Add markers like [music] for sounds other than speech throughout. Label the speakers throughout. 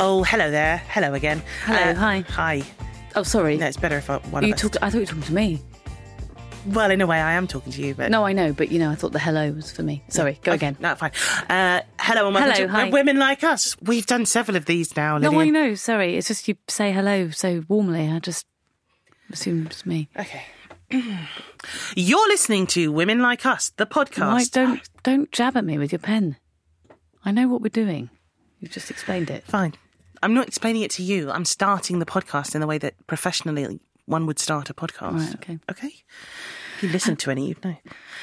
Speaker 1: Oh, hello there. Hello again. Uh,
Speaker 2: Hello, hi.
Speaker 1: Hi.
Speaker 2: Oh, sorry.
Speaker 1: No, it's better if I, one
Speaker 2: you
Speaker 1: of us.
Speaker 2: talked. I thought you were talking to me.
Speaker 1: well, in a way, I am talking to you, but
Speaker 2: No, I know, but you know, I thought the hello was for me. Sorry, go again.
Speaker 1: No, fine. Uh, hello and welcome
Speaker 2: Hello,
Speaker 1: to
Speaker 2: hi.
Speaker 1: Women Like Us. We've done several of these now, Lydia.
Speaker 2: No, I know. Sorry, it's just you say hello so warmly. I just assumed it's me.
Speaker 1: Okay. [clears throat] You're listening to Women Like Us, the
Speaker 2: Why
Speaker 1: podcast.
Speaker 2: don't don't jab at me with your pen? I know what we're doing. You've just explained it.
Speaker 1: Fine. I'm not explaining it to you. I'm starting the podcast in the way that professionally one would start a podcast.
Speaker 2: Right, okay.
Speaker 1: Okay. If you listen to any, you'd know.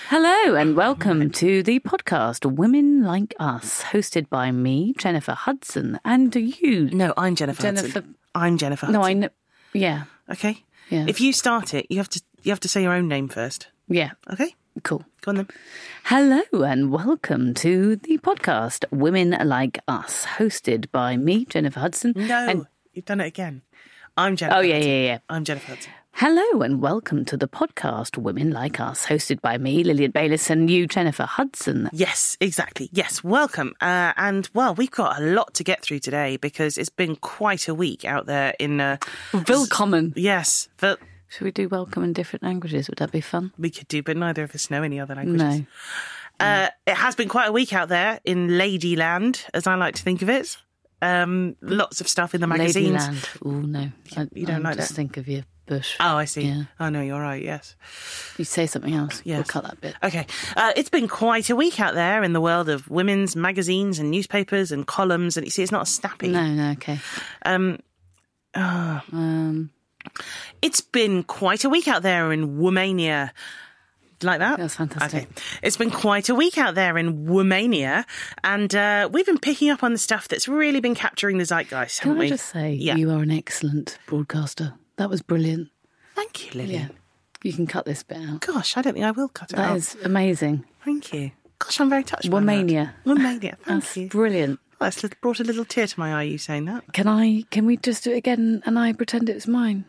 Speaker 2: Hello and welcome to the podcast Women Like Us, hosted by me, Jennifer Hudson, and you.
Speaker 1: No, I'm Jennifer. Hudson.
Speaker 2: Jennifer-
Speaker 1: I'm Jennifer.
Speaker 2: No, I
Speaker 1: Hudson.
Speaker 2: know. Yeah,
Speaker 1: Okay.
Speaker 2: Yeah.
Speaker 1: If you start it, you have to you have to say your own name first.
Speaker 2: yeah,
Speaker 1: Okay.
Speaker 2: cool.
Speaker 1: Go on then.
Speaker 2: Hello and welcome to the podcast Women Like Us, hosted by me, Jennifer Hudson.
Speaker 1: No,
Speaker 2: And,
Speaker 1: you've done it again. I'm Jennifer.
Speaker 2: oh, yeah,
Speaker 1: Hudson.
Speaker 2: yeah, yeah.
Speaker 1: I'm Jennifer. Hudson.
Speaker 2: Hello and welcome to the podcast Women Like Us, hosted by me, Lillian Bayliss, and you, Jennifer Hudson.
Speaker 1: Yes, exactly. Yes, welcome. Uh, and well, we've got a lot to get through today because it's been quite a week out there in. Uh,
Speaker 2: Willkommen.
Speaker 1: yes, but
Speaker 2: Should we do welcome in different languages? Would that be fun?
Speaker 1: we could do, but neither of us know any other languages.
Speaker 2: No.
Speaker 1: Uh, it has been quite a week out there in Ladyland, as I like to think of it. Um, lots of stuff in the magazines.
Speaker 2: Ladyland. Oh, no. I,
Speaker 1: You don't
Speaker 2: I
Speaker 1: like
Speaker 2: just
Speaker 1: that?
Speaker 2: think of your bush.
Speaker 1: Oh, I see.
Speaker 2: Yeah.
Speaker 1: Oh, no, you're right. Yes.
Speaker 2: You say something else. We'll
Speaker 1: Yes.
Speaker 2: cut that bit.
Speaker 1: Okay. Uh, it's been quite a week out there in the world of women's magazines and newspapers and columns. And you see, it's not snappy.
Speaker 2: No, no, okay.
Speaker 1: Um, ah.
Speaker 2: Um,
Speaker 1: It's been quite a week out there in Womania. Like that?
Speaker 2: That's fantastic.
Speaker 1: Okay. It's been quite a week out there in Womania, and uh, we've been picking up on the stuff that's really been capturing the zeitgeist, haven't
Speaker 2: Can
Speaker 1: we?
Speaker 2: I just say,
Speaker 1: Yeah.
Speaker 2: you are an excellent broadcaster. That was brilliant.
Speaker 1: Thank you, Lily.
Speaker 2: Yeah. You can cut this bit out.
Speaker 1: Gosh, I don't think I will cut it
Speaker 2: That
Speaker 1: out.
Speaker 2: is amazing.
Speaker 1: Thank you. Gosh, I'm very touched.
Speaker 2: Womania.
Speaker 1: By that.
Speaker 2: [laughs]
Speaker 1: Womania. Thank
Speaker 2: That's
Speaker 1: you.
Speaker 2: brilliant.
Speaker 1: That's li- brought a little tear to my eye. You saying that?
Speaker 2: Can I? Can we just do it again? And I pretend it's mine.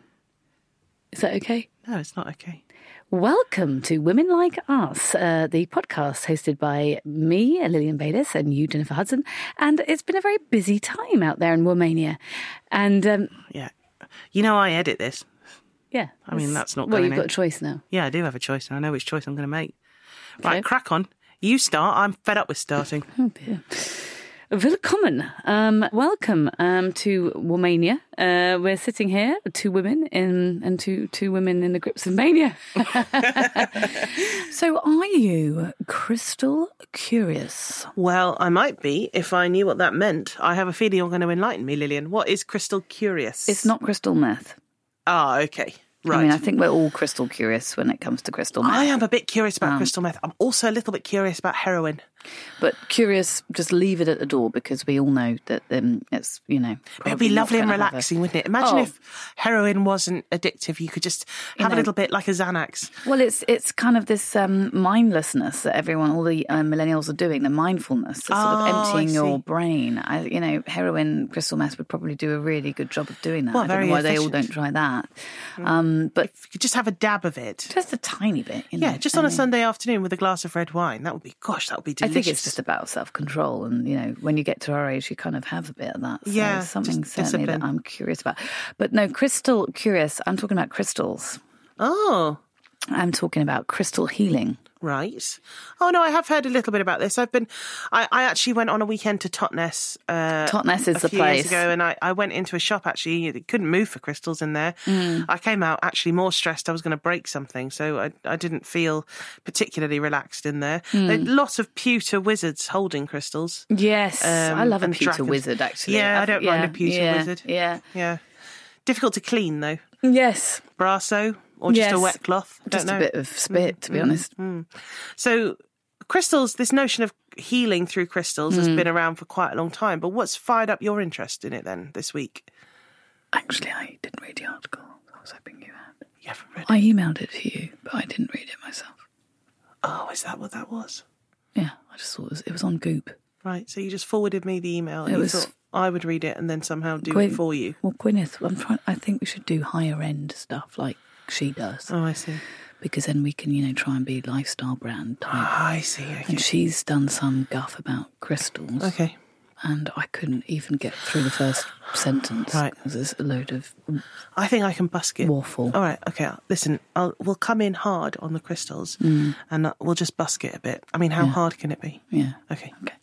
Speaker 2: Is that okay?
Speaker 1: No, it's not okay.
Speaker 2: Welcome to Women Like Us, uh, the podcast hosted by me, Lillian Bayliss, and you, Jennifer Hudson. And it's been a very busy time out there in Romania. And um,
Speaker 1: Yeah. You know, I edit this.
Speaker 2: yeah,
Speaker 1: I mean,
Speaker 2: it's-
Speaker 1: that's not
Speaker 2: well.
Speaker 1: going
Speaker 2: You've got
Speaker 1: in.
Speaker 2: a choice now.
Speaker 1: Yeah, I do have a choice, and I know which choice I'm going to make. Right,
Speaker 2: Okay.
Speaker 1: crack on. You start. I'm fed up with
Speaker 2: [laughs]
Speaker 1: starting.
Speaker 2: Oh dear. Willkommen. Um, welcome um, to Womania. Uh, we're sitting here, two women in, and two two women in the grips
Speaker 3: [laughs]
Speaker 2: of mania. so, are you crystal curious?
Speaker 3: Well, I might be if I knew what that meant. I have a feeling you're going to enlighten me, Lillian. What is crystal curious?
Speaker 2: It's not crystal meth.
Speaker 3: Ah, okay. Right.
Speaker 2: I
Speaker 3: I,
Speaker 2: mean, I think we're all crystal curious when it comes to crystal meth.
Speaker 3: am a bit curious
Speaker 2: Um,
Speaker 3: about crystal meth. I'm also a little bit curious about heroin.
Speaker 2: But curious, just leave it at the door because we all know that um, it's you know.
Speaker 3: It would be lovely and relaxing, wouldn't it? Imagine
Speaker 2: Oh.
Speaker 3: if heroin wasn't addictive. You could just have a little bit like a Xanax.
Speaker 2: Well, it's it's kind of this um, mindlessness that everyone, all the um, millennials are doing, the mindfulness, the sort
Speaker 3: Oh, I
Speaker 2: of emptying your
Speaker 3: see.
Speaker 2: brain. I, you know, heroin, crystal meth would probably do a really good job of doing that.
Speaker 3: Well,
Speaker 2: I don't
Speaker 3: very
Speaker 2: know why they all don't
Speaker 3: efficient.
Speaker 2: try that. Um, but
Speaker 3: You could just have a dab of it.
Speaker 2: just a tiny bit. You know,
Speaker 3: Yeah, just on a Sunday afternoon with a glass of red wine. That would be, gosh, that would be
Speaker 2: I
Speaker 3: delicious.
Speaker 2: think it's just about self control, and you know, when you get to our age, you kind of have a bit of that. So
Speaker 3: Yeah,
Speaker 2: it's something
Speaker 3: just
Speaker 2: certainly
Speaker 3: discipline.
Speaker 2: that I'm curious about. But no, crystal curious. I'm talking about crystals.
Speaker 3: Oh,
Speaker 2: I'm talking about crystal healing.
Speaker 3: Right. Oh no, I have heard a little bit about this. I've been, I, I actually went on a weekend to Totnes. Uh,
Speaker 2: Totnes is
Speaker 3: a
Speaker 2: the
Speaker 3: few
Speaker 2: place.
Speaker 3: Years ago, and I, I went into a shop actually. It couldn't move for crystals in there.
Speaker 2: Mm.
Speaker 3: I came out actually more stressed. I was going to break something, so I, I didn't feel particularly relaxed in there. There
Speaker 2: Mm.
Speaker 3: are lots of pewter wizards holding crystals.
Speaker 2: Yes, I
Speaker 3: Um,
Speaker 2: love a
Speaker 3: and
Speaker 2: pewter
Speaker 3: dragons.
Speaker 2: wizard. Actually,
Speaker 3: Yeah, I
Speaker 2: I've-
Speaker 3: don't mind a pewter
Speaker 2: yeah,
Speaker 3: wizard.
Speaker 2: Yeah.
Speaker 3: Yeah, difficult to clean though.
Speaker 2: Yes.
Speaker 3: Brasso or just a
Speaker 2: Yes.
Speaker 3: wet cloth. Don't
Speaker 2: Just
Speaker 3: know. Mm-hmm.
Speaker 2: a bit of spit, to be honest.
Speaker 3: So crystals, this notion of healing through crystals has been around for quite a long time. But what's fired up your interest in it then this week?
Speaker 2: Actually, I didn't read the article. I was hoping you had.
Speaker 3: You haven't read it.
Speaker 2: I emailed it to you, but I didn't read it myself.
Speaker 3: Oh, is that what that was?
Speaker 2: Yeah, I just thought it was, it was on Goop.
Speaker 3: Right. So you just forwarded me the email and
Speaker 2: It
Speaker 3: you
Speaker 2: was-
Speaker 3: thought I would read it and then somehow do
Speaker 2: Gwyn-
Speaker 3: it for you.
Speaker 2: Well, Gwyneth, I'm trying. I think we should do higher end stuff like she does,
Speaker 3: Oh, I see.
Speaker 2: because then we can, you know, try and be lifestyle brand type.
Speaker 3: I see. Okay.
Speaker 2: And she's done some guff about crystals.
Speaker 3: Okay.
Speaker 2: and I couldn't even get through the first sentence.
Speaker 3: Right.
Speaker 2: 'cause There's a load of
Speaker 3: I think I can busk it.
Speaker 2: waffle.
Speaker 3: All right, okay. Listen, I'll, we'll come in hard on the crystals and uh, we'll just busk it a bit. I mean, how hard can it be?
Speaker 2: Yeah.
Speaker 3: Okay.
Speaker 2: Okay.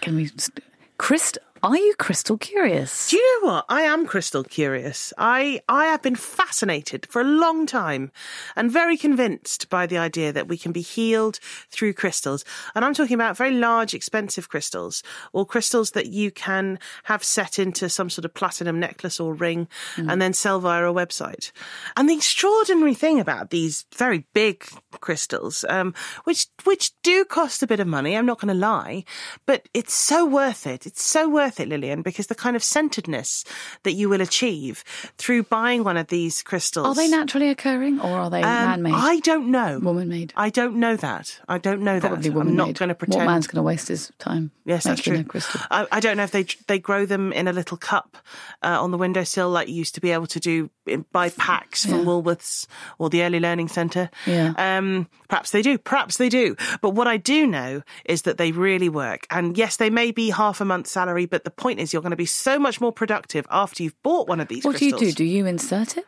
Speaker 2: Can we. Just, Christ, are you crystal curious?
Speaker 3: Do you know what? I am crystal curious. I I have been fascinated for a long time and very convinced by the idea that we can be healed through crystals. And I'm talking about very large expensive crystals or crystals that you can have set into some sort of platinum necklace or ring
Speaker 2: Mm.
Speaker 3: and then sell via a website. And the extraordinary thing about these very big crystals um which which do cost a bit of money, I'm not going to lie, but it's so worth it. It's so worth it, Lillian, because the kind of centeredness that you will achieve through buying one of these crystals. um,
Speaker 2: Are they naturally occurring or are they man made?
Speaker 3: I don't know.
Speaker 2: Woman made?
Speaker 3: I don't know that. I don't know
Speaker 2: Probably
Speaker 3: that.
Speaker 2: woman
Speaker 3: I'm not going to pretend.
Speaker 2: What man's going to waste his time?
Speaker 3: Yes, that's
Speaker 2: making
Speaker 3: true.
Speaker 2: A crystal?
Speaker 3: I, I don't know if they they grow them in a little cup uh, on the windowsill like you used to be able to do in, by packs from Woolworths or the Early Learning Centre.
Speaker 2: Yeah.
Speaker 3: Um, perhaps they do. Perhaps they do. But what I do know is that they really work. And yes, they may be half a month's salary, but the point is you're going to be so much more productive after you've bought one of these.
Speaker 2: What do you
Speaker 3: crystals.
Speaker 2: do? Do you insert it?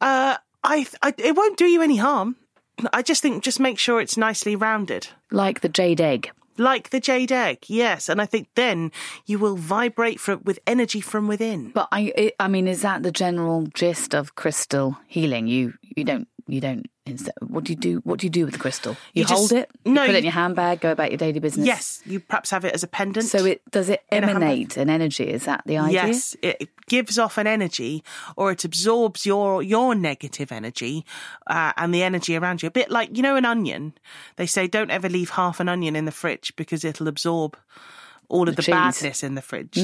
Speaker 3: Uh, I, I it won't do you any harm. I just think just make sure it's nicely rounded
Speaker 2: Like the jade egg.
Speaker 3: like the jade egg yes and i think then you will vibrate from, with energy from within
Speaker 2: But I, i I mean, is that the general gist of crystal healing? You, you don't, you don't. Instead, what do you do? What do you do with the crystal? You,
Speaker 3: You just-
Speaker 2: hold it.
Speaker 3: no,
Speaker 2: you put it
Speaker 3: you-
Speaker 2: in your handbag. Go about your daily business.
Speaker 3: yes you perhaps have it as a pendant
Speaker 2: So it does it
Speaker 3: a handbag.
Speaker 2: emanate an energy? Is that the idea?
Speaker 3: yes it gives off an energy or it absorbs your your negative energy uh, and the energy around you a bit like you know an onion they say don't ever leave half an onion in the fridge because it'll absorb all of the,
Speaker 2: cheese. Mm.
Speaker 3: badness in the fridge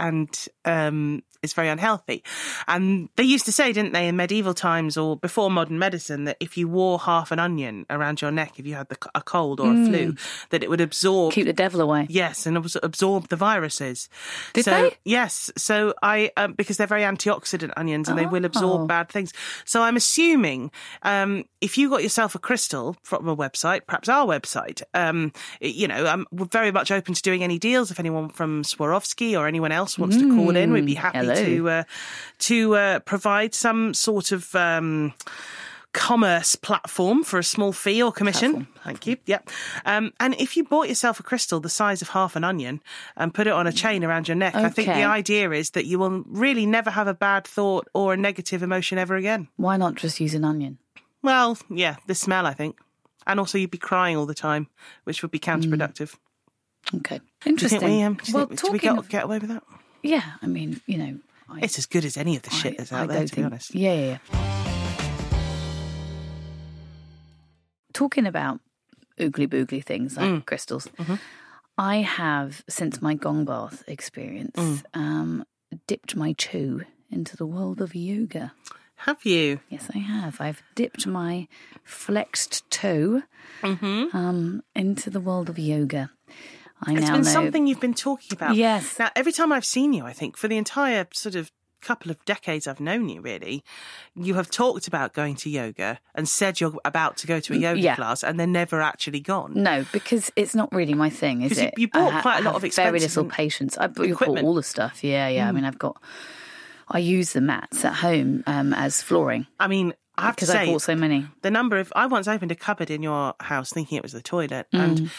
Speaker 3: and um it's very unhealthy. And they used to say, didn't they, in medieval times or before modern medicine, that if you wore half an onion around your neck, if you had the, a cold or a flu,
Speaker 2: Mm.
Speaker 3: that it would absorb
Speaker 2: Keep the devil away.
Speaker 3: Yes, and abs- absorb the viruses.
Speaker 2: Did
Speaker 3: so,
Speaker 2: they?
Speaker 3: Yes. So I, um, because they're very antioxidant onions and they will
Speaker 2: Oh.
Speaker 3: absorb bad things. So I'm assuming um, if you got yourself a crystal from a website, perhaps our website, um, it- you know, um, we're very much open to doing any deals. If anyone from Swarovski or anyone else wants to call in, we'd be happy
Speaker 2: Hmm, hello.
Speaker 3: to uh, to uh, provide some sort of. Um, commerce platform for a small fee or commission. Thank you. Yep. Um, and if you bought yourself a crystal the size of half an onion and put it on a chain around your neck, I think
Speaker 2: Okay.
Speaker 3: the idea is that you will really never have a bad thought or a negative emotion ever again.
Speaker 2: Why not just use an onion?
Speaker 3: Well, yeah, the smell, I think. And also, you'd be crying all the time, which would be counterproductive.
Speaker 2: Okay,
Speaker 3: Do you
Speaker 2: Hmm. interesting.
Speaker 3: think we, um, do you
Speaker 2: well,
Speaker 3: think, do we
Speaker 2: talking
Speaker 3: get,
Speaker 2: of,
Speaker 3: get away with that?
Speaker 2: yeah, I mean, you know, I,
Speaker 3: It's as good as any of the shit that's out there, to
Speaker 2: don't
Speaker 3: be
Speaker 2: think-
Speaker 3: honest.
Speaker 2: Yeah, yeah, yeah. Talking about oogly boogly things like
Speaker 3: Mm.
Speaker 2: crystals,
Speaker 3: Mm-hmm.
Speaker 2: I have, since my gong bath experience,
Speaker 3: Mm.
Speaker 2: um, dipped my toe into the world of yoga.
Speaker 3: Have you?
Speaker 2: Yes, I have. I've dipped my flexed toe um, into the world of yoga. I
Speaker 3: Mm-hmm. It's
Speaker 2: now
Speaker 3: been
Speaker 2: know.
Speaker 3: something you've been talking about.
Speaker 2: Yes.
Speaker 3: Now, every time I've seen you, I think for the entire sort of couple of decades I've known you, really, you have talked about going to yoga and said you're about to go to a yoga
Speaker 2: Mm, yeah.
Speaker 3: class and then never actually gone.
Speaker 2: No, because it's not really my thing, is
Speaker 3: 'Cause you-
Speaker 2: it?
Speaker 3: you bought
Speaker 2: I ha-
Speaker 3: quite a lot
Speaker 2: have
Speaker 3: of
Speaker 2: very
Speaker 3: expensive
Speaker 2: little
Speaker 3: and-
Speaker 2: patience. I bought, you bought
Speaker 3: equipment. Hmm.
Speaker 2: all the stuff. Yeah, yeah. I mean, I've got. I use the mats at home um, as flooring
Speaker 3: I mean, I have to
Speaker 2: because I
Speaker 3: say,
Speaker 2: bought so many.
Speaker 3: the number of I once opened a cupboard in your house thinking it was the toilet
Speaker 2: Mm.
Speaker 3: and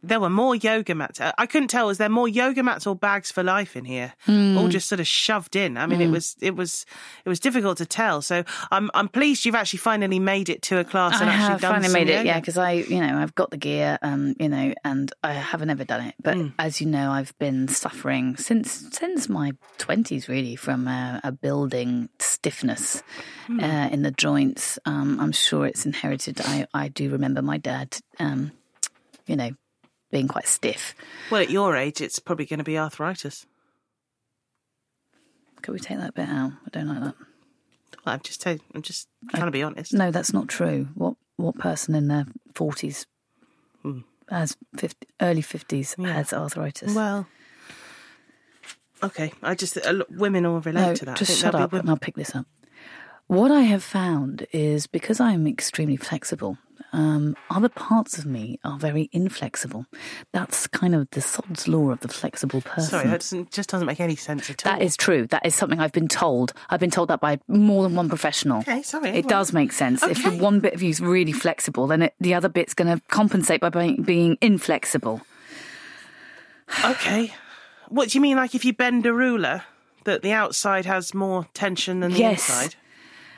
Speaker 3: there were more yoga mats. I I couldn't tell. Was there more yoga mats or bags for life in here?
Speaker 2: Mm.
Speaker 3: All just sort of shoved in. I mean, it was it was it was difficult to tell. So I'm I'm pleased you've actually finally made it to a class
Speaker 2: I
Speaker 3: and actually
Speaker 2: have
Speaker 3: done
Speaker 2: finally
Speaker 3: some
Speaker 2: made it,
Speaker 3: yoga.
Speaker 2: yeah, because I, you know, I've got the gear, um, you know, and I haven't ever done it. But
Speaker 3: Hmm.
Speaker 2: as you know, I've been suffering since since my twenties, really, from a, a building stiffness
Speaker 3: Hmm.
Speaker 2: uh, in the joints. Um, I'm sure it's inherited. I I do remember my dad, um, you know, being quite stiff.
Speaker 3: Well, at your age, it's probably going to be arthritis.
Speaker 2: Could we take that bit out? I don't like that.
Speaker 3: Well, I'm just tell- I'm just trying to be honest.
Speaker 2: No, that's not true. What what person in their forties? Has 50, early fifties has arthritis.
Speaker 3: Hmm. Well, okay. I just uh, look, women all relate
Speaker 2: No,
Speaker 3: to that. I
Speaker 2: just
Speaker 3: think
Speaker 2: shut
Speaker 3: there'll be
Speaker 2: up
Speaker 3: women-
Speaker 2: and I'll pick this up. What I have found is because I'm extremely flexible um, other parts of me are very inflexible. That's kind of the Sod's law of the flexible person.
Speaker 3: Sorry, that doesn't, just doesn't make any sense at all.
Speaker 2: That is true. That is something I've been told. I've been told that by more than one professional.
Speaker 3: Okay, sorry,
Speaker 2: It
Speaker 3: well-
Speaker 2: does make sense. If the
Speaker 3: Okay.
Speaker 2: one bit of you is really flexible, then it, the other bit's going to compensate by being, being inflexible.
Speaker 3: Okay. What do you mean, like if you bend a ruler, that the outside has more tension than the
Speaker 2: Yes.
Speaker 3: inside?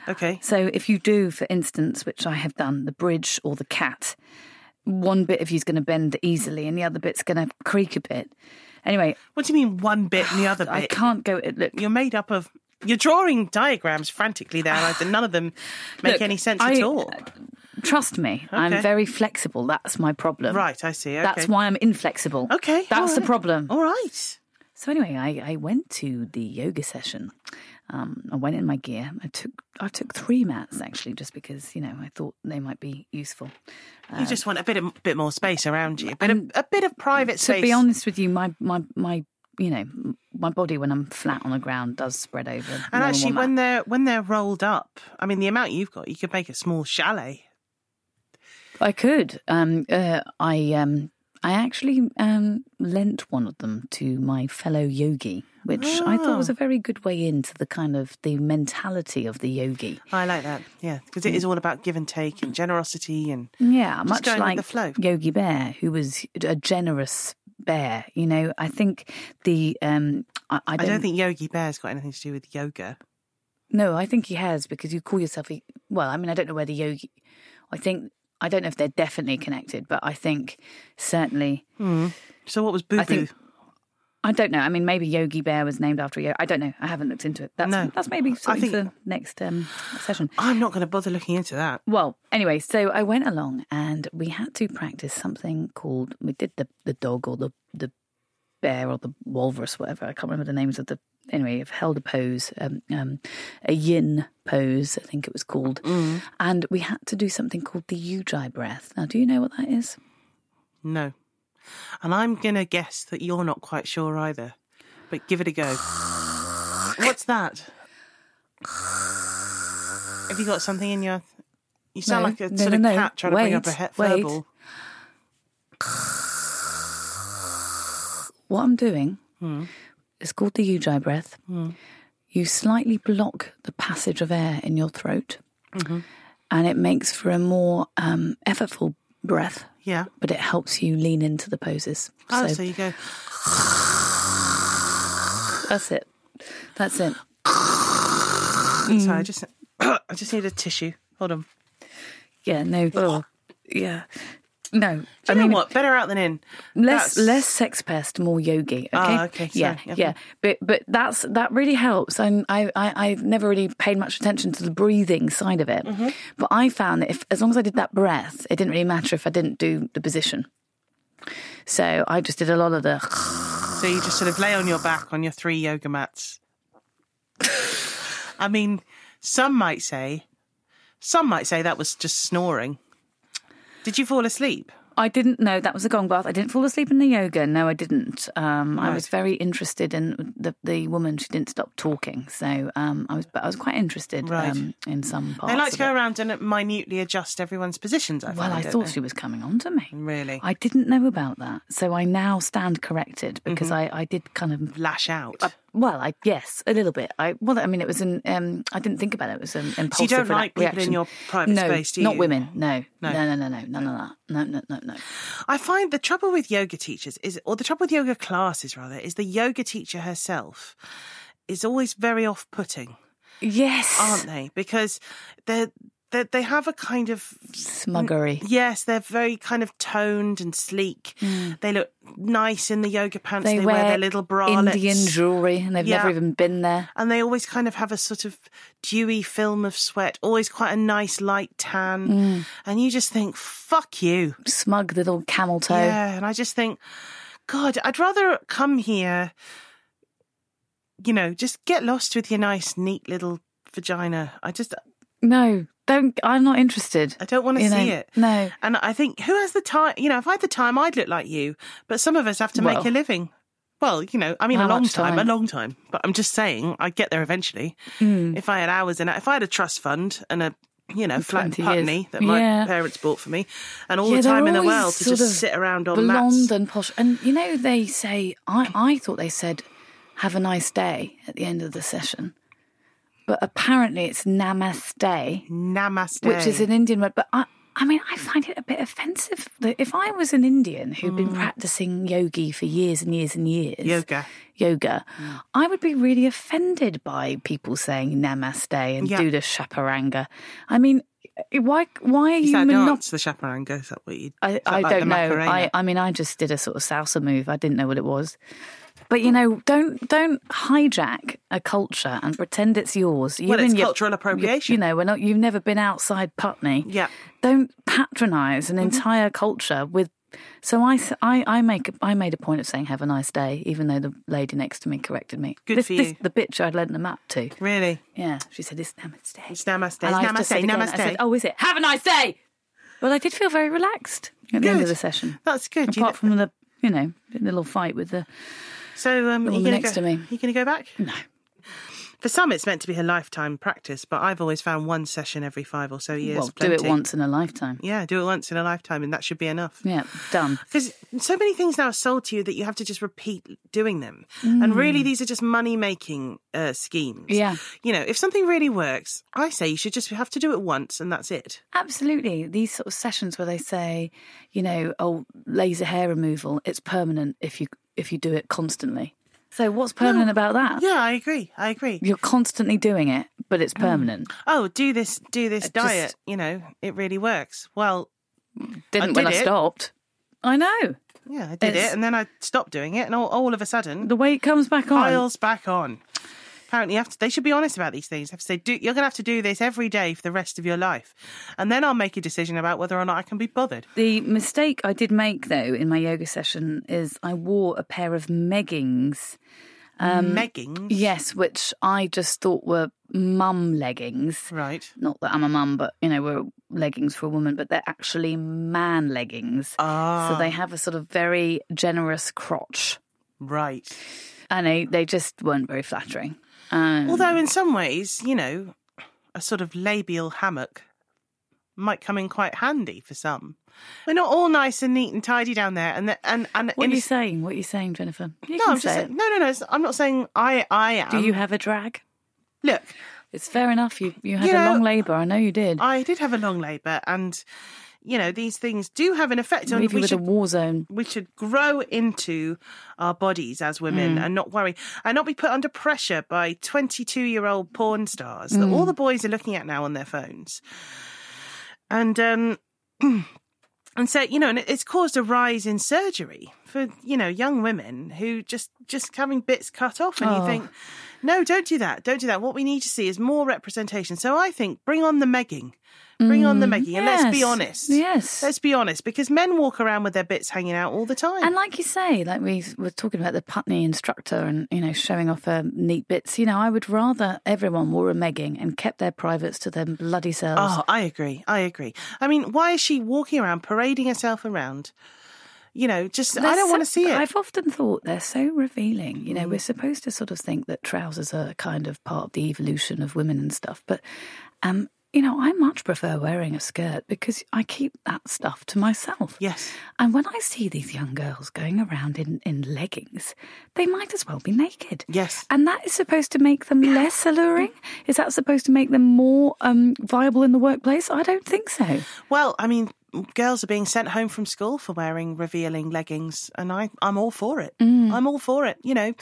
Speaker 3: Okay.
Speaker 2: So if you do, for instance, which I have done, the bridge or the cat, one bit of you's going to bend easily and the other bit's going to creak a bit. Anyway,
Speaker 3: What do you mean one bit
Speaker 2: [sighs]
Speaker 3: and the other
Speaker 2: I
Speaker 3: bit?
Speaker 2: can't go. Look,
Speaker 3: You're made up of. You're drawing diagrams frantically there, like, and none of them make
Speaker 2: Look,
Speaker 3: any sense
Speaker 2: I-
Speaker 3: at all.
Speaker 2: trust me, I'm
Speaker 3: Okay.
Speaker 2: very flexible. That's my problem.
Speaker 3: Right, I see. Okay.
Speaker 2: That's why I'm inflexible.
Speaker 3: Okay. Oh.
Speaker 2: That's
Speaker 3: all
Speaker 2: the
Speaker 3: right.
Speaker 2: problem.
Speaker 3: All right.
Speaker 2: So anyway, I, I went to the yoga session. Um, I went in my gear. I took I took three mats actually, just because you know I thought they might be useful. Uh,
Speaker 3: You just want a bit of, bit more space around you, but a, a bit of private
Speaker 2: to
Speaker 3: space.
Speaker 2: be honest with you, my my my you know my body when I'm flat on the ground does spread over. more
Speaker 3: and
Speaker 2: than
Speaker 3: actually,
Speaker 2: one mat.
Speaker 3: when they're when they're rolled up, I mean, the amount you've got, you could make a small chalet.
Speaker 2: I could, um, uh, I um, I actually um, lent one of them to my fellow yogi, which I thought was a very good way into the kind of the mentality of the yogi.
Speaker 3: I like that, yeah, because it is all about give and take and generosity and
Speaker 2: Yeah, much
Speaker 3: going with
Speaker 2: like
Speaker 3: the flow.
Speaker 2: Yogi Bear, who was a generous bear. You know, I think the um, I, I,
Speaker 3: I
Speaker 2: don't,
Speaker 3: don't think Yogi Bear's got anything to do with yoga.
Speaker 2: no, I think he has because you call yourself a well. I mean, I don't know whether yogi. I think I don't know if they're definitely connected, but I think certainly
Speaker 3: So what was Boo
Speaker 2: I
Speaker 3: Boo?
Speaker 2: think- I don't know. I mean, maybe Yogi Bear was named after a yogi. I don't know. I haven't looked into it. That's
Speaker 3: No.
Speaker 2: that's maybe something
Speaker 3: think-
Speaker 2: for next um, session.
Speaker 3: I'm not going to bother looking into that.
Speaker 2: Well, anyway, so I went along and we had to practice something called we did the the dog or the the bear or the walrus, whatever. I can't remember the names of the anyway. I've held a pose, um, um, a yin pose, I think it was called, and we had to do something called the ujjayi breath. Now, do you know what that is?
Speaker 3: No, and I'm going to guess that you're not quite sure either. But give it a go. What's that? Have you got something in your? You sound
Speaker 2: No,
Speaker 3: like a
Speaker 2: no,
Speaker 3: sort
Speaker 2: no,
Speaker 3: of
Speaker 2: no.
Speaker 3: cat trying to bring up a
Speaker 2: Wait,
Speaker 3: he-
Speaker 2: wait.
Speaker 3: verbal.
Speaker 2: What I'm doing is called the ujjayi breath. You slightly block the passage of air in your throat, and it makes for a more um, effortful breath.
Speaker 3: Yeah.
Speaker 2: but it helps you lean into the poses.
Speaker 3: Oh,
Speaker 2: so
Speaker 3: so you go.
Speaker 2: that's it. That's it.
Speaker 3: Sorry, I just, [coughs] I just need a tissue. Hold on.
Speaker 2: Yeah, no. Yeah. No.
Speaker 3: Do you know what? Better out than in.
Speaker 2: less
Speaker 3: That's-
Speaker 2: less sex pest, more yogi. Okay.
Speaker 3: Ah, okay,
Speaker 2: Yeah,
Speaker 3: sorry, okay.
Speaker 2: yeah. But but that's that really helps. And I, I I've never really paid much attention to the breathing side of it.
Speaker 3: Mm-hmm.
Speaker 2: But I found that if as long as I did that breath, it didn't really matter if I didn't do the position. So I just did a lot of the
Speaker 3: So you just sort of lay on your back on your three yoga mats. I mean, some might say, some might say that was just snoring. Did you fall asleep?
Speaker 2: I didn't know that was a gong bath. I didn't fall asleep in the yoga. No, I didn't. Um, I was very interested in the, the woman. She didn't stop talking, so um, I was. But I was quite interested
Speaker 3: Right.
Speaker 2: um, in some parts.
Speaker 3: They like to
Speaker 2: of
Speaker 3: go
Speaker 2: it.
Speaker 3: around and minutely adjust everyone's positions. I
Speaker 2: Well,
Speaker 3: find,
Speaker 2: I
Speaker 3: don't
Speaker 2: thought
Speaker 3: they?
Speaker 2: she was coming on to me.
Speaker 3: Really?
Speaker 2: I didn't know about that, so I now stand corrected because
Speaker 3: Mm-hmm.
Speaker 2: I, I did kind of.
Speaker 3: lash out.
Speaker 2: Well, I yes, a little bit. I well, I mean, it was an. Um, I didn't think about it. It was an impulsive
Speaker 3: so you don't
Speaker 2: rela-
Speaker 3: like people
Speaker 2: reaction.
Speaker 3: in your private
Speaker 2: no,
Speaker 3: space, do you?
Speaker 2: not women. No, no, no, no, no, no, no, no, no, no, no.
Speaker 3: I find the trouble with yoga teachers is, or the trouble with yoga classes rather, is the yoga teacher herself is always very off-putting,
Speaker 2: Yes, [sighs]
Speaker 3: aren't they? Because they they they have a kind of
Speaker 2: smuggery.
Speaker 3: Yes, they're very kind of toned and sleek.
Speaker 2: Hmm.
Speaker 3: They look nice in the yoga pants. They, wear, their little bralettes.
Speaker 2: Indian jewelry, and they've never
Speaker 3: Yeah.
Speaker 2: even been there.
Speaker 3: and they always kind of have a sort of dewy film of sweat, always quite a nice light tan.
Speaker 2: Hmm.
Speaker 3: And you just think, fuck you.
Speaker 2: Smug little camel toe.
Speaker 3: Yeah. And I just think, God, I'd rather come here, you know, just get lost with your nice, neat little vagina. I just,
Speaker 2: No, don't. I'm not interested.
Speaker 3: I don't want to
Speaker 2: You
Speaker 3: see
Speaker 2: know,
Speaker 3: it.
Speaker 2: No.
Speaker 3: And I think who has the time? You know, if I had the time, I'd look like you. But some of us have to make
Speaker 2: Well.
Speaker 3: a living. Well, you know, I mean, a
Speaker 2: How
Speaker 3: long
Speaker 2: much
Speaker 3: time,
Speaker 2: time?
Speaker 3: a long time.
Speaker 2: Hmm.
Speaker 3: But I'm just saying, I'd get there eventually. If I had hours in it, if I had a trust fund and a you know, flat in
Speaker 2: 20 years.
Speaker 3: Putney that my
Speaker 2: Yeah.
Speaker 3: parents bought for me, and all
Speaker 2: Yeah,
Speaker 3: the
Speaker 2: they're
Speaker 3: time in the
Speaker 2: always
Speaker 3: world to
Speaker 2: sort
Speaker 3: just
Speaker 2: of
Speaker 3: sit around on
Speaker 2: blonde
Speaker 3: mats.
Speaker 2: and posh. And you know, they say I, I thought they said have a nice day at the end of the session, but apparently it's namaste,
Speaker 1: Namaste.
Speaker 2: which is an Indian word. But I, I mean, I find it a bit offensive. that If I was an Indian who'd been practicing yogi for years and years and years,
Speaker 3: Mm. Yoga. Mm.
Speaker 2: yoga, I would be really offended by people saying namaste and
Speaker 3: Yeah.
Speaker 2: do the chaparanga. I mean, eh, why? Why are
Speaker 3: Is
Speaker 2: you
Speaker 3: that a
Speaker 2: monop-
Speaker 3: dance, the chaparanga? Is that what you?
Speaker 2: I,
Speaker 3: is that
Speaker 2: I
Speaker 3: like the
Speaker 2: don't know.
Speaker 3: Macarena?
Speaker 2: I, I mean, I just did a sort of salsa move. I didn't know what it was. But you know, don't don't hijack a culture and pretend it's yours. You
Speaker 3: Well, it's
Speaker 2: and your-
Speaker 3: cultural
Speaker 2: your-
Speaker 3: appropriation.
Speaker 2: You know, we're not. You've never been outside Putney.
Speaker 3: Yeah.
Speaker 2: Don't patronise an
Speaker 3: Mm-hmm.
Speaker 2: entire culture with. So I, s- I- I make a- I made a point of saying have a nice day, even though the lady next to me corrected me.
Speaker 3: Good
Speaker 2: this,
Speaker 3: for
Speaker 2: this-
Speaker 3: you.
Speaker 2: the bitch I'd lent the map to.
Speaker 3: really.
Speaker 2: Yeah, she said it's namaste.
Speaker 3: It's namaste.
Speaker 2: And I
Speaker 3: namaste.
Speaker 2: just said again,
Speaker 3: namaste.
Speaker 2: I said, oh, is it? Have a nice day. Well, I did feel very relaxed at the end of the session.
Speaker 3: That's good. You know-
Speaker 2: Apart from the, you know, the little fight with the.
Speaker 3: so, um,
Speaker 2: the
Speaker 3: you
Speaker 2: woman
Speaker 3: gonna go,
Speaker 2: next to me.
Speaker 3: You going to go back?
Speaker 2: No.
Speaker 3: For some, it's meant to be a lifetime practice, but I've always found one session every five or so years.
Speaker 2: well,
Speaker 3: plenty.
Speaker 2: do it once in a lifetime.
Speaker 3: Yeah, do it once in a lifetime, and that should be enough.
Speaker 2: Yeah, done.
Speaker 3: Because so many things now are sold to you that you have to just repeat doing them. And really, these are just money making uh, schemes.
Speaker 2: Mm. Yeah.
Speaker 3: You know, if something really works, I say you should just have to do it once and that's it.
Speaker 2: Absolutely. These sort of sessions where they say, you know, oh, laser hair removal, it's permanent if you if you do it constantly. So what's permanent about that?
Speaker 3: Yeah, I agree. I agree.
Speaker 2: You're constantly doing it, but it's permanent.
Speaker 3: Oh, do this, do this
Speaker 2: Uh, just-
Speaker 3: diet. You know, it really works. Well,
Speaker 2: Didn't
Speaker 3: I
Speaker 2: when
Speaker 3: did
Speaker 2: I
Speaker 3: it.
Speaker 2: stopped. I know.
Speaker 3: yeah, I did
Speaker 2: It's-
Speaker 3: it, and then I stopped doing it, and all, all of a sudden,
Speaker 2: The weight comes back on.
Speaker 3: piles back on. Apparently, you have to, they should be honest about these things. They have to say, do, you're going to have to do this every day for the rest of your life, and then I'll make a decision about whether or not I can be bothered.
Speaker 2: The mistake I did make though in my yoga session is I wore a pair of meggings. Um,
Speaker 3: Meggings,
Speaker 2: Yes, which I just thought were mum leggings.
Speaker 3: right?
Speaker 2: Not that I'm a mum, but you know, we're leggings for a woman, but they're actually man leggings.
Speaker 3: Ah,
Speaker 2: So they have a sort of very generous crotch.
Speaker 3: right.
Speaker 2: And they, they just weren't very flattering. Um,
Speaker 3: Although, in some ways, you know, a sort of labial hammock might come in quite handy for some. We're not all nice and neat and tidy down there, and the, and and
Speaker 2: what
Speaker 3: in
Speaker 2: are
Speaker 3: a
Speaker 2: you saying? What are you saying, Jennifer? You
Speaker 3: No,
Speaker 2: can
Speaker 3: I'm just
Speaker 2: say
Speaker 3: saying, um, no, no, no. it's- I'm not saying I. I am.
Speaker 2: it. Do you have a drag?
Speaker 3: look?
Speaker 2: It's fair enough. You you had
Speaker 3: You
Speaker 2: a
Speaker 3: know,
Speaker 2: long labour. I know you did.
Speaker 3: I did have a long labour, and you know these things do have an effect on.
Speaker 2: Leave you
Speaker 3: We
Speaker 2: with
Speaker 3: should
Speaker 2: a war zone.
Speaker 3: we should grow into our bodies as women
Speaker 2: Mm.
Speaker 3: and not worry and not be put under pressure by 22 year old porn stars
Speaker 2: Mm.
Speaker 3: that all the boys are looking at now on their phones and um [clears throat] and so you know and it's caused a rise in surgery for you know young women who just just having bits cut off and you
Speaker 2: Oh.
Speaker 3: think no don't do that don't do that what we need to see is more representation so i think bring on the megging bring on the megging and let's be
Speaker 2: Mm. Yes.
Speaker 3: honest
Speaker 2: Yes.
Speaker 3: Let's be honest, because men walk around with their bits hanging out all the time.
Speaker 2: And like you say, like we were talking about the Putney instructor and, you know, showing off her neat bits, you know, I would rather everyone wore a megging and kept their privates to their bloody selves.
Speaker 3: oh, I agree. I agree. I mean, why is she walking around, parading herself around? You know, just I
Speaker 2: They're
Speaker 3: don't
Speaker 2: so-
Speaker 3: want to see it.
Speaker 2: I've often thought they're so revealing. You know, we're supposed to sort of think that trousers are kind of part of the evolution of women and stuff, but um, you know, I much prefer wearing a skirt because I keep that stuff to myself.
Speaker 3: Yes.
Speaker 2: And when I see these young girls going around in, in leggings, they might as well be naked.
Speaker 3: Yes.
Speaker 2: And that is supposed to make them less alluring? Is that supposed to make them more um, viable in the workplace? I don't think so.
Speaker 3: Well, I mean, girls are being sent home from school for wearing revealing leggings, and I, I'm all for it.
Speaker 2: Mm.
Speaker 3: I'm all for it. You know,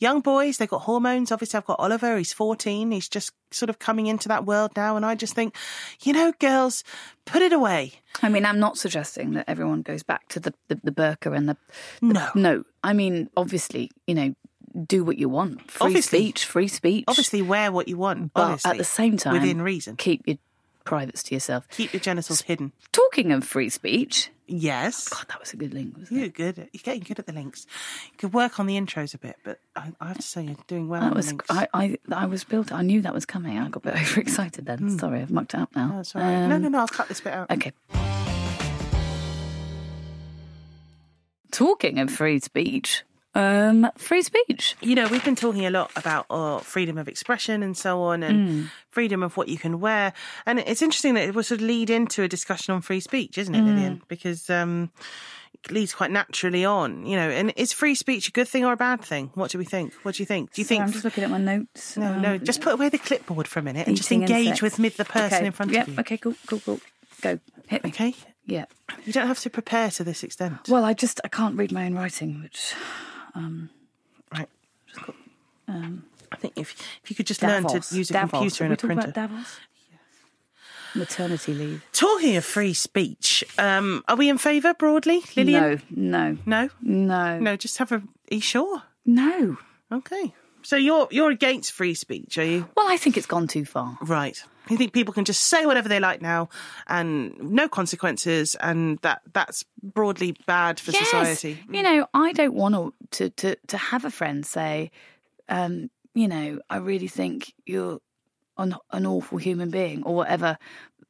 Speaker 3: young boys, they've got hormones. Obviously, I've got Oliver, he's 14. He's just sort of coming into that world now. And I just think, you know, girls, put it away.
Speaker 2: I mean, I'm not suggesting that everyone goes back to the, the, the burqa and the.
Speaker 3: No.
Speaker 2: No, I mean, obviously, you know, do what you want. Free
Speaker 3: Obviously.
Speaker 2: speech, free speech.
Speaker 3: Obviously, wear what you want.
Speaker 2: But
Speaker 3: obviously,
Speaker 2: at the same time,
Speaker 3: within reason,
Speaker 2: keep your privates to yourself.
Speaker 3: keep your genitals hidden.
Speaker 2: Talking of free speech,
Speaker 3: Yes,
Speaker 2: Oh, God, that was a good link, wasn't it?
Speaker 3: you're good. You're getting good at the links. You could work on the intros a bit, but I, I have to say you're doing well. on
Speaker 2: That
Speaker 3: the
Speaker 2: was
Speaker 3: links.
Speaker 2: I, I. I was built. I knew that was coming. I got a bit [laughs] overexcited then. Sorry, I've mucked it up now.
Speaker 3: Hmm. That's all right. no,
Speaker 2: Um,
Speaker 3: no, no. I'll cut this bit out.
Speaker 2: Okay. Talking of free speech, Um, free speech.
Speaker 3: you know, we've been talking a lot about uh, freedom of expression and so on, and
Speaker 2: Mm.
Speaker 3: freedom of what you can wear. And it's interesting that it will sort of lead into a discussion on free speech, isn't it, Lillian?
Speaker 2: Mm.
Speaker 3: Because um, it leads quite naturally on, you know. And is free speech a good thing or a bad thing? What do we think? What do you think? Do you
Speaker 2: I'm
Speaker 3: think?
Speaker 2: just looking at my notes.
Speaker 3: no,
Speaker 2: Um,
Speaker 3: no, just put away the clipboard for a minute and just
Speaker 2: eating
Speaker 3: engage
Speaker 2: insects.
Speaker 3: with mid the person
Speaker 2: Okay,
Speaker 3: in front
Speaker 2: yep,
Speaker 3: of you.
Speaker 2: Okay, cool, cool, cool. Go. Hit me.
Speaker 3: Okay.
Speaker 2: Yeah.
Speaker 3: You don't have to prepare to this extent.
Speaker 2: Well, I just I can't read my own writing, which
Speaker 3: Right. I think if if you could just
Speaker 2: um, Davos.
Speaker 3: learn to use a
Speaker 2: Davos.
Speaker 3: computer
Speaker 2: Are
Speaker 3: and
Speaker 2: we
Speaker 3: a
Speaker 2: talking
Speaker 3: printer.
Speaker 2: About Davos? Maternity leave.
Speaker 3: Talking of free speech, um, are we in favour broadly, Lillian?
Speaker 2: No,
Speaker 3: No,
Speaker 2: no, no,
Speaker 3: no. Just have a. Are you sure?
Speaker 2: no.
Speaker 3: Okay. So you're you're against free speech, are you?
Speaker 2: Well, I think it's gone too far.
Speaker 3: Right. You think people can just say whatever they like now, and no consequences, and that that's broadly bad for society.
Speaker 2: You know, I don't want to to to have a friend say, um, you know, I really think you're an an awful human being or whatever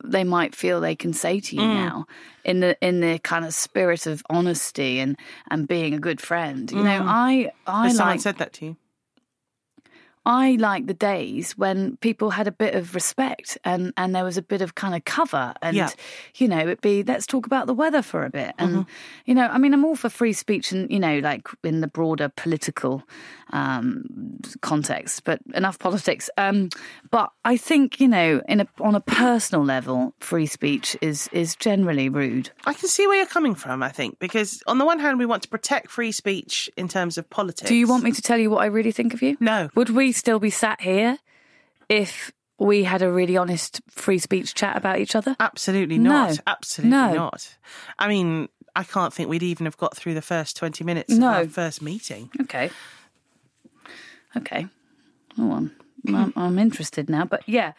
Speaker 2: they might feel they can say to you now in the in the kind of spirit of honesty and and being a good friend. You know, I I
Speaker 3: If someone
Speaker 2: like
Speaker 3: said that to you.
Speaker 2: I like the days when people had a bit of respect and, and there was a bit of kind of cover and
Speaker 3: Yeah.
Speaker 2: you know it'd be let's talk about the weather for a bit and you know I mean I'm all for free speech and you know like in the broader political um, context but enough politics um, but I think you know in a, on a personal level free speech is is generally rude
Speaker 3: I can see where you're coming from. I think because on the one hand, we want to protect free speech in terms of politics.
Speaker 2: Do you want me to tell you what I really think of you?
Speaker 3: No.
Speaker 2: Would we still be sat here if we had a really honest free speech chat about each other?
Speaker 3: Absolutely
Speaker 2: No.
Speaker 3: not. Absolutely
Speaker 2: No.
Speaker 3: not. I mean, I can't think we'd even have got through the first twenty minutes
Speaker 2: No.
Speaker 3: of our first meeting.
Speaker 2: Okay. Okay. Oh, I'm, I'm, I'm interested now. But yeah,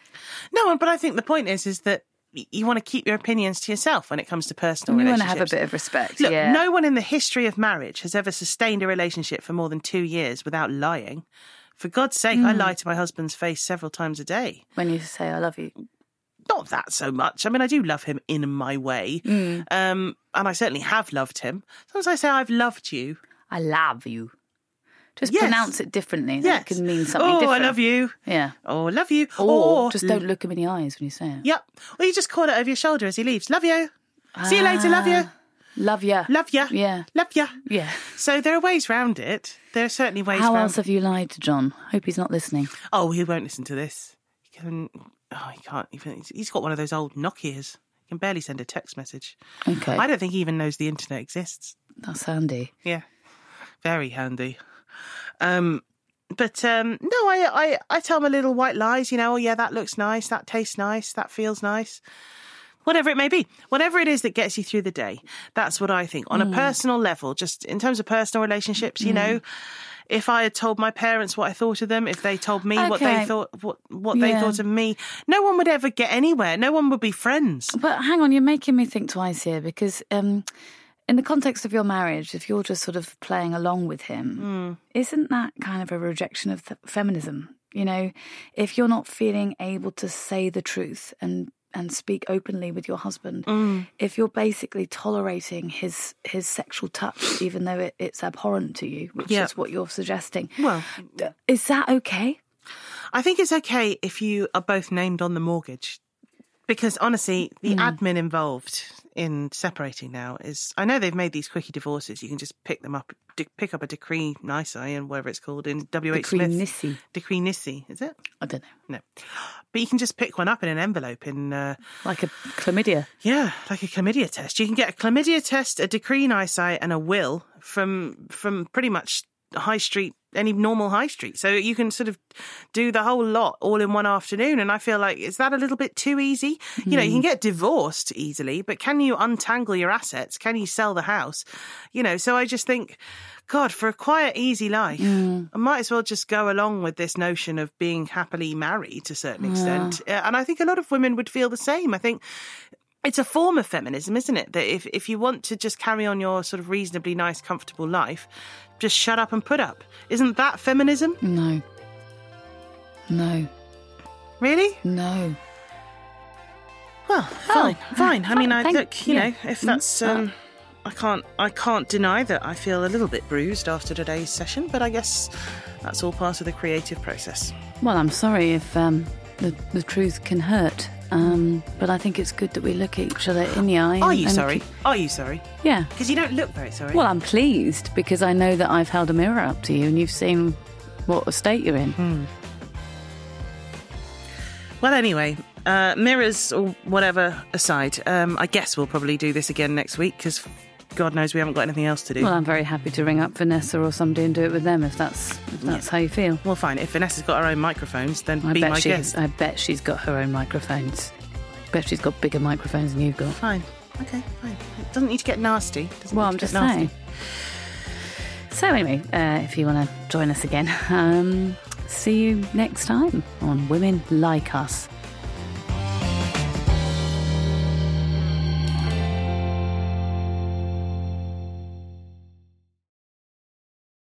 Speaker 3: No, but I think the point is, is that y- you want to keep your opinions to yourself when it comes to personal
Speaker 2: we want to
Speaker 3: relationships.
Speaker 2: have a bit of respect.
Speaker 3: Look,
Speaker 2: yeah.
Speaker 3: no one in the history of marriage has ever sustained a relationship for more than two years without lying. For God's sake,
Speaker 2: Mm.
Speaker 3: I lie to my husband's face several times a day.
Speaker 2: When you say I love you.
Speaker 3: Not that so much. I mean, I do love him in my way,
Speaker 2: Mm.
Speaker 3: um, and I certainly have loved him. Sometimes I say I've loved you.
Speaker 2: I love you. Just
Speaker 3: Yes.
Speaker 2: pronounce it differently.
Speaker 3: Yes,
Speaker 2: That can mean something
Speaker 3: Oh,
Speaker 2: different.
Speaker 3: I love you.
Speaker 2: Yeah.
Speaker 3: Oh, love you.
Speaker 2: Or, just don't look him in the eyes when you say it.
Speaker 3: Yep. Or you just call it over your shoulder as he leaves. Love you. See you later. Love you.
Speaker 2: Ah, Love ya.
Speaker 3: Love you.
Speaker 2: Yeah.
Speaker 3: Love you.
Speaker 2: Yeah.
Speaker 3: So there are ways round it. There are certainly ways
Speaker 2: How
Speaker 3: round
Speaker 2: else have you lied to John? Hope he's not listening.
Speaker 3: Oh, he won't listen to this. He can oh he can't even he's- he's got one of those old Nokias. He can barely send a text message.
Speaker 2: Okay.
Speaker 3: I don't think he even knows the internet exists.
Speaker 2: That's handy.
Speaker 3: Yeah. Very handy. Um but um no, I, I I tell my little white lies, you know, oh yeah, that looks nice, that tastes nice, that feels nice. Whatever it may be, whatever it is that gets you through the day, that's what I think. On
Speaker 2: Mm.
Speaker 3: a personal level, just in terms of personal relationships, you know, if I had told my parents what I thought of them, if they told me what they
Speaker 2: Okay.
Speaker 3: thought what what they
Speaker 2: Yeah.
Speaker 3: thought of me, no one would ever get anywhere. No one would be friends.
Speaker 2: But hang on, you're making me think twice here because, um, in the context of your marriage, if you're just sort of playing along with him, isn't that kind of a rejection of th- feminism? You know, if you're not feeling able to say the truth and and speak openly with your husband,
Speaker 3: Mm.
Speaker 2: if you're basically tolerating his his sexual touch, even though it, it's abhorrent to you, which
Speaker 3: Yeah.
Speaker 2: is what you're suggesting,
Speaker 3: Well,
Speaker 2: is that okay?
Speaker 3: I think it's okay if you are both named on the mortgage. Because honestly, the admin involved in separating now is I know they've made these quickie divorces. You can just pick them up, de- pick up a decree nisi and whatever it's called in WH Smith.
Speaker 2: Nisi.
Speaker 3: Decree nisi, is it?
Speaker 2: I don't know,
Speaker 3: No. But you can just pick one up in an envelope in uh,
Speaker 2: like a chlamydia.
Speaker 3: yeah, like a chlamydia test. You can get a chlamydia test, a decree nisi and a will from from pretty much high street any normal high street. So you can sort of do the whole lot all in one afternoon and I feel like is that a little bit too easy? You know, you can get divorced easily, but can you untangle your assets? Can you sell the house? You know, so I just think god, for a quiet easy life, I might as well just go along with this notion of being happily married to a certain extent. Uh, And I think a lot of women would feel the same. I think it's a form of feminism, isn't it? That if, if you want to just carry on your sort of reasonably nice, comfortable life, just shut up and put up. Isn't that feminism?
Speaker 2: No, no,
Speaker 3: Really?
Speaker 2: no.
Speaker 3: Well, fine, fine. I mean, I
Speaker 2: thank-
Speaker 3: look, you
Speaker 2: yeah.
Speaker 3: know, if that's. Um, I can't I can't deny that I feel a little bit bruised after today's session, but I guess that's all part of the creative process.
Speaker 2: Well, I'm sorry if um, the, the truth can hurt, um, but I think it's good that we look at each other in the eye.
Speaker 3: Are
Speaker 2: and-
Speaker 3: you
Speaker 2: and
Speaker 3: sorry?
Speaker 2: keep-
Speaker 3: Mm, Are you sorry?
Speaker 2: yeah.
Speaker 3: Because you don't look very sorry.
Speaker 2: Well, I'm pleased because I know that I've held a mirror up to you and you've seen what a state you're in.
Speaker 3: Hmm. Well, anyway, uh, mirrors or whatever aside, um, I guess we'll probably do this again next week because God knows we haven't got anything else to do.
Speaker 2: Well, I'm very happy to ring up Vanessa or somebody and do it with them if that's if that's how you feel.
Speaker 3: Well, fine. If Vanessa's got her own microphones, then
Speaker 2: I
Speaker 3: be
Speaker 2: bet
Speaker 3: my
Speaker 2: she
Speaker 3: guest.
Speaker 2: I bet she's got her own microphones. Bet she's got bigger microphones than you've got.
Speaker 3: Fine. Okay, fine. It doesn't need to get nasty. Doesn't
Speaker 2: Well,
Speaker 3: need to
Speaker 2: I'm just
Speaker 3: get nasty.
Speaker 2: saying. So anyway, uh, if you [laughs] want to join us again, um, see you next time on Women Like Us.